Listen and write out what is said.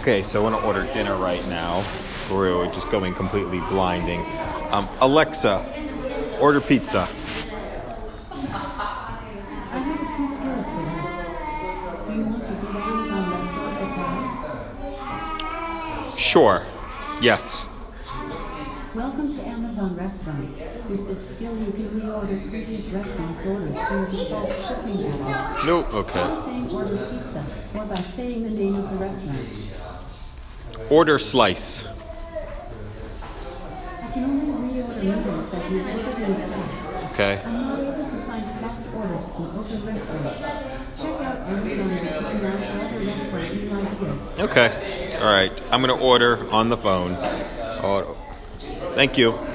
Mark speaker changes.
Speaker 1: Okay, so I want to order dinner right now. We're just going completely blinding. Um, Alexa, order pizza.
Speaker 2: I have a few skills for that. You want to be Amazon restaurants attack?
Speaker 1: Sure. Yes.
Speaker 2: Welcome to Amazon Restaurants. With this skill, you can reorder previous restaurants' orders to your default shipping address.
Speaker 1: No. Okay.
Speaker 2: By saying order pizza, or by saying the name of the restaurant.
Speaker 1: Order slice.
Speaker 2: I can only reorder meals that you've ordered in the past.
Speaker 1: Okay.
Speaker 2: I'm not able to find past orders from open restaurants. Check out Amazon.com now for other restaurant meal ideas.
Speaker 1: Okay. All right. I'm going to order on the phone. Or- Thank you.